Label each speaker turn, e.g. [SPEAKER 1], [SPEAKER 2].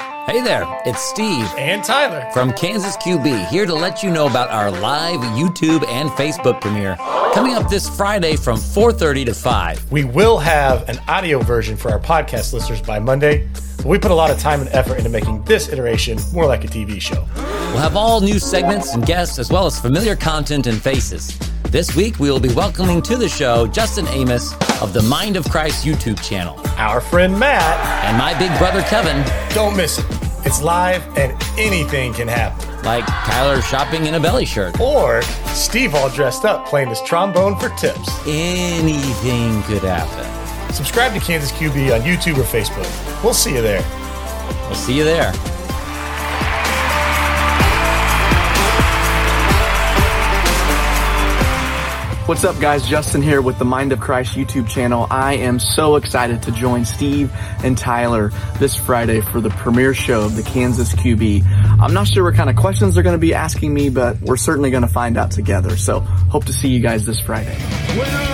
[SPEAKER 1] Hey there, it's Steve
[SPEAKER 2] and Tyler.
[SPEAKER 1] from Kansas QB here to let you know about our live YouTube and Facebook premiere coming up this Friday from 4:30 to 5.
[SPEAKER 2] We will have an audio version for our podcast listeners by Monday, but we put a lot of time and effort into making this iteration more like a TV show.
[SPEAKER 1] We'll have all new segments and guests as well as familiar content and faces. This week we will be welcoming to the show Justin Amos of the Mind of Christ YouTube channel
[SPEAKER 2] Our friend Matt,
[SPEAKER 1] and my big brother Kevin,
[SPEAKER 2] don't miss it. It's live and anything can happen.
[SPEAKER 1] like Tyler shopping in a belly shirt.
[SPEAKER 2] Or Steve all dressed up playing his trombone for tips.
[SPEAKER 1] Anything could happen.
[SPEAKER 2] Subscribe to Kansas QB on YouTube or Facebook. We'll see you there.
[SPEAKER 1] We'll see you there.
[SPEAKER 3] What's up, guys? Justin here with the Mind of Christ YouTube channel. I am so excited to join Steve and Tyler this Friday for the premiere show of the Kansas QB. I'm not sure what kind of questions they're going to be asking me, but we're certainly going to find out together. So hope to see you guys this Friday.
[SPEAKER 4] Winner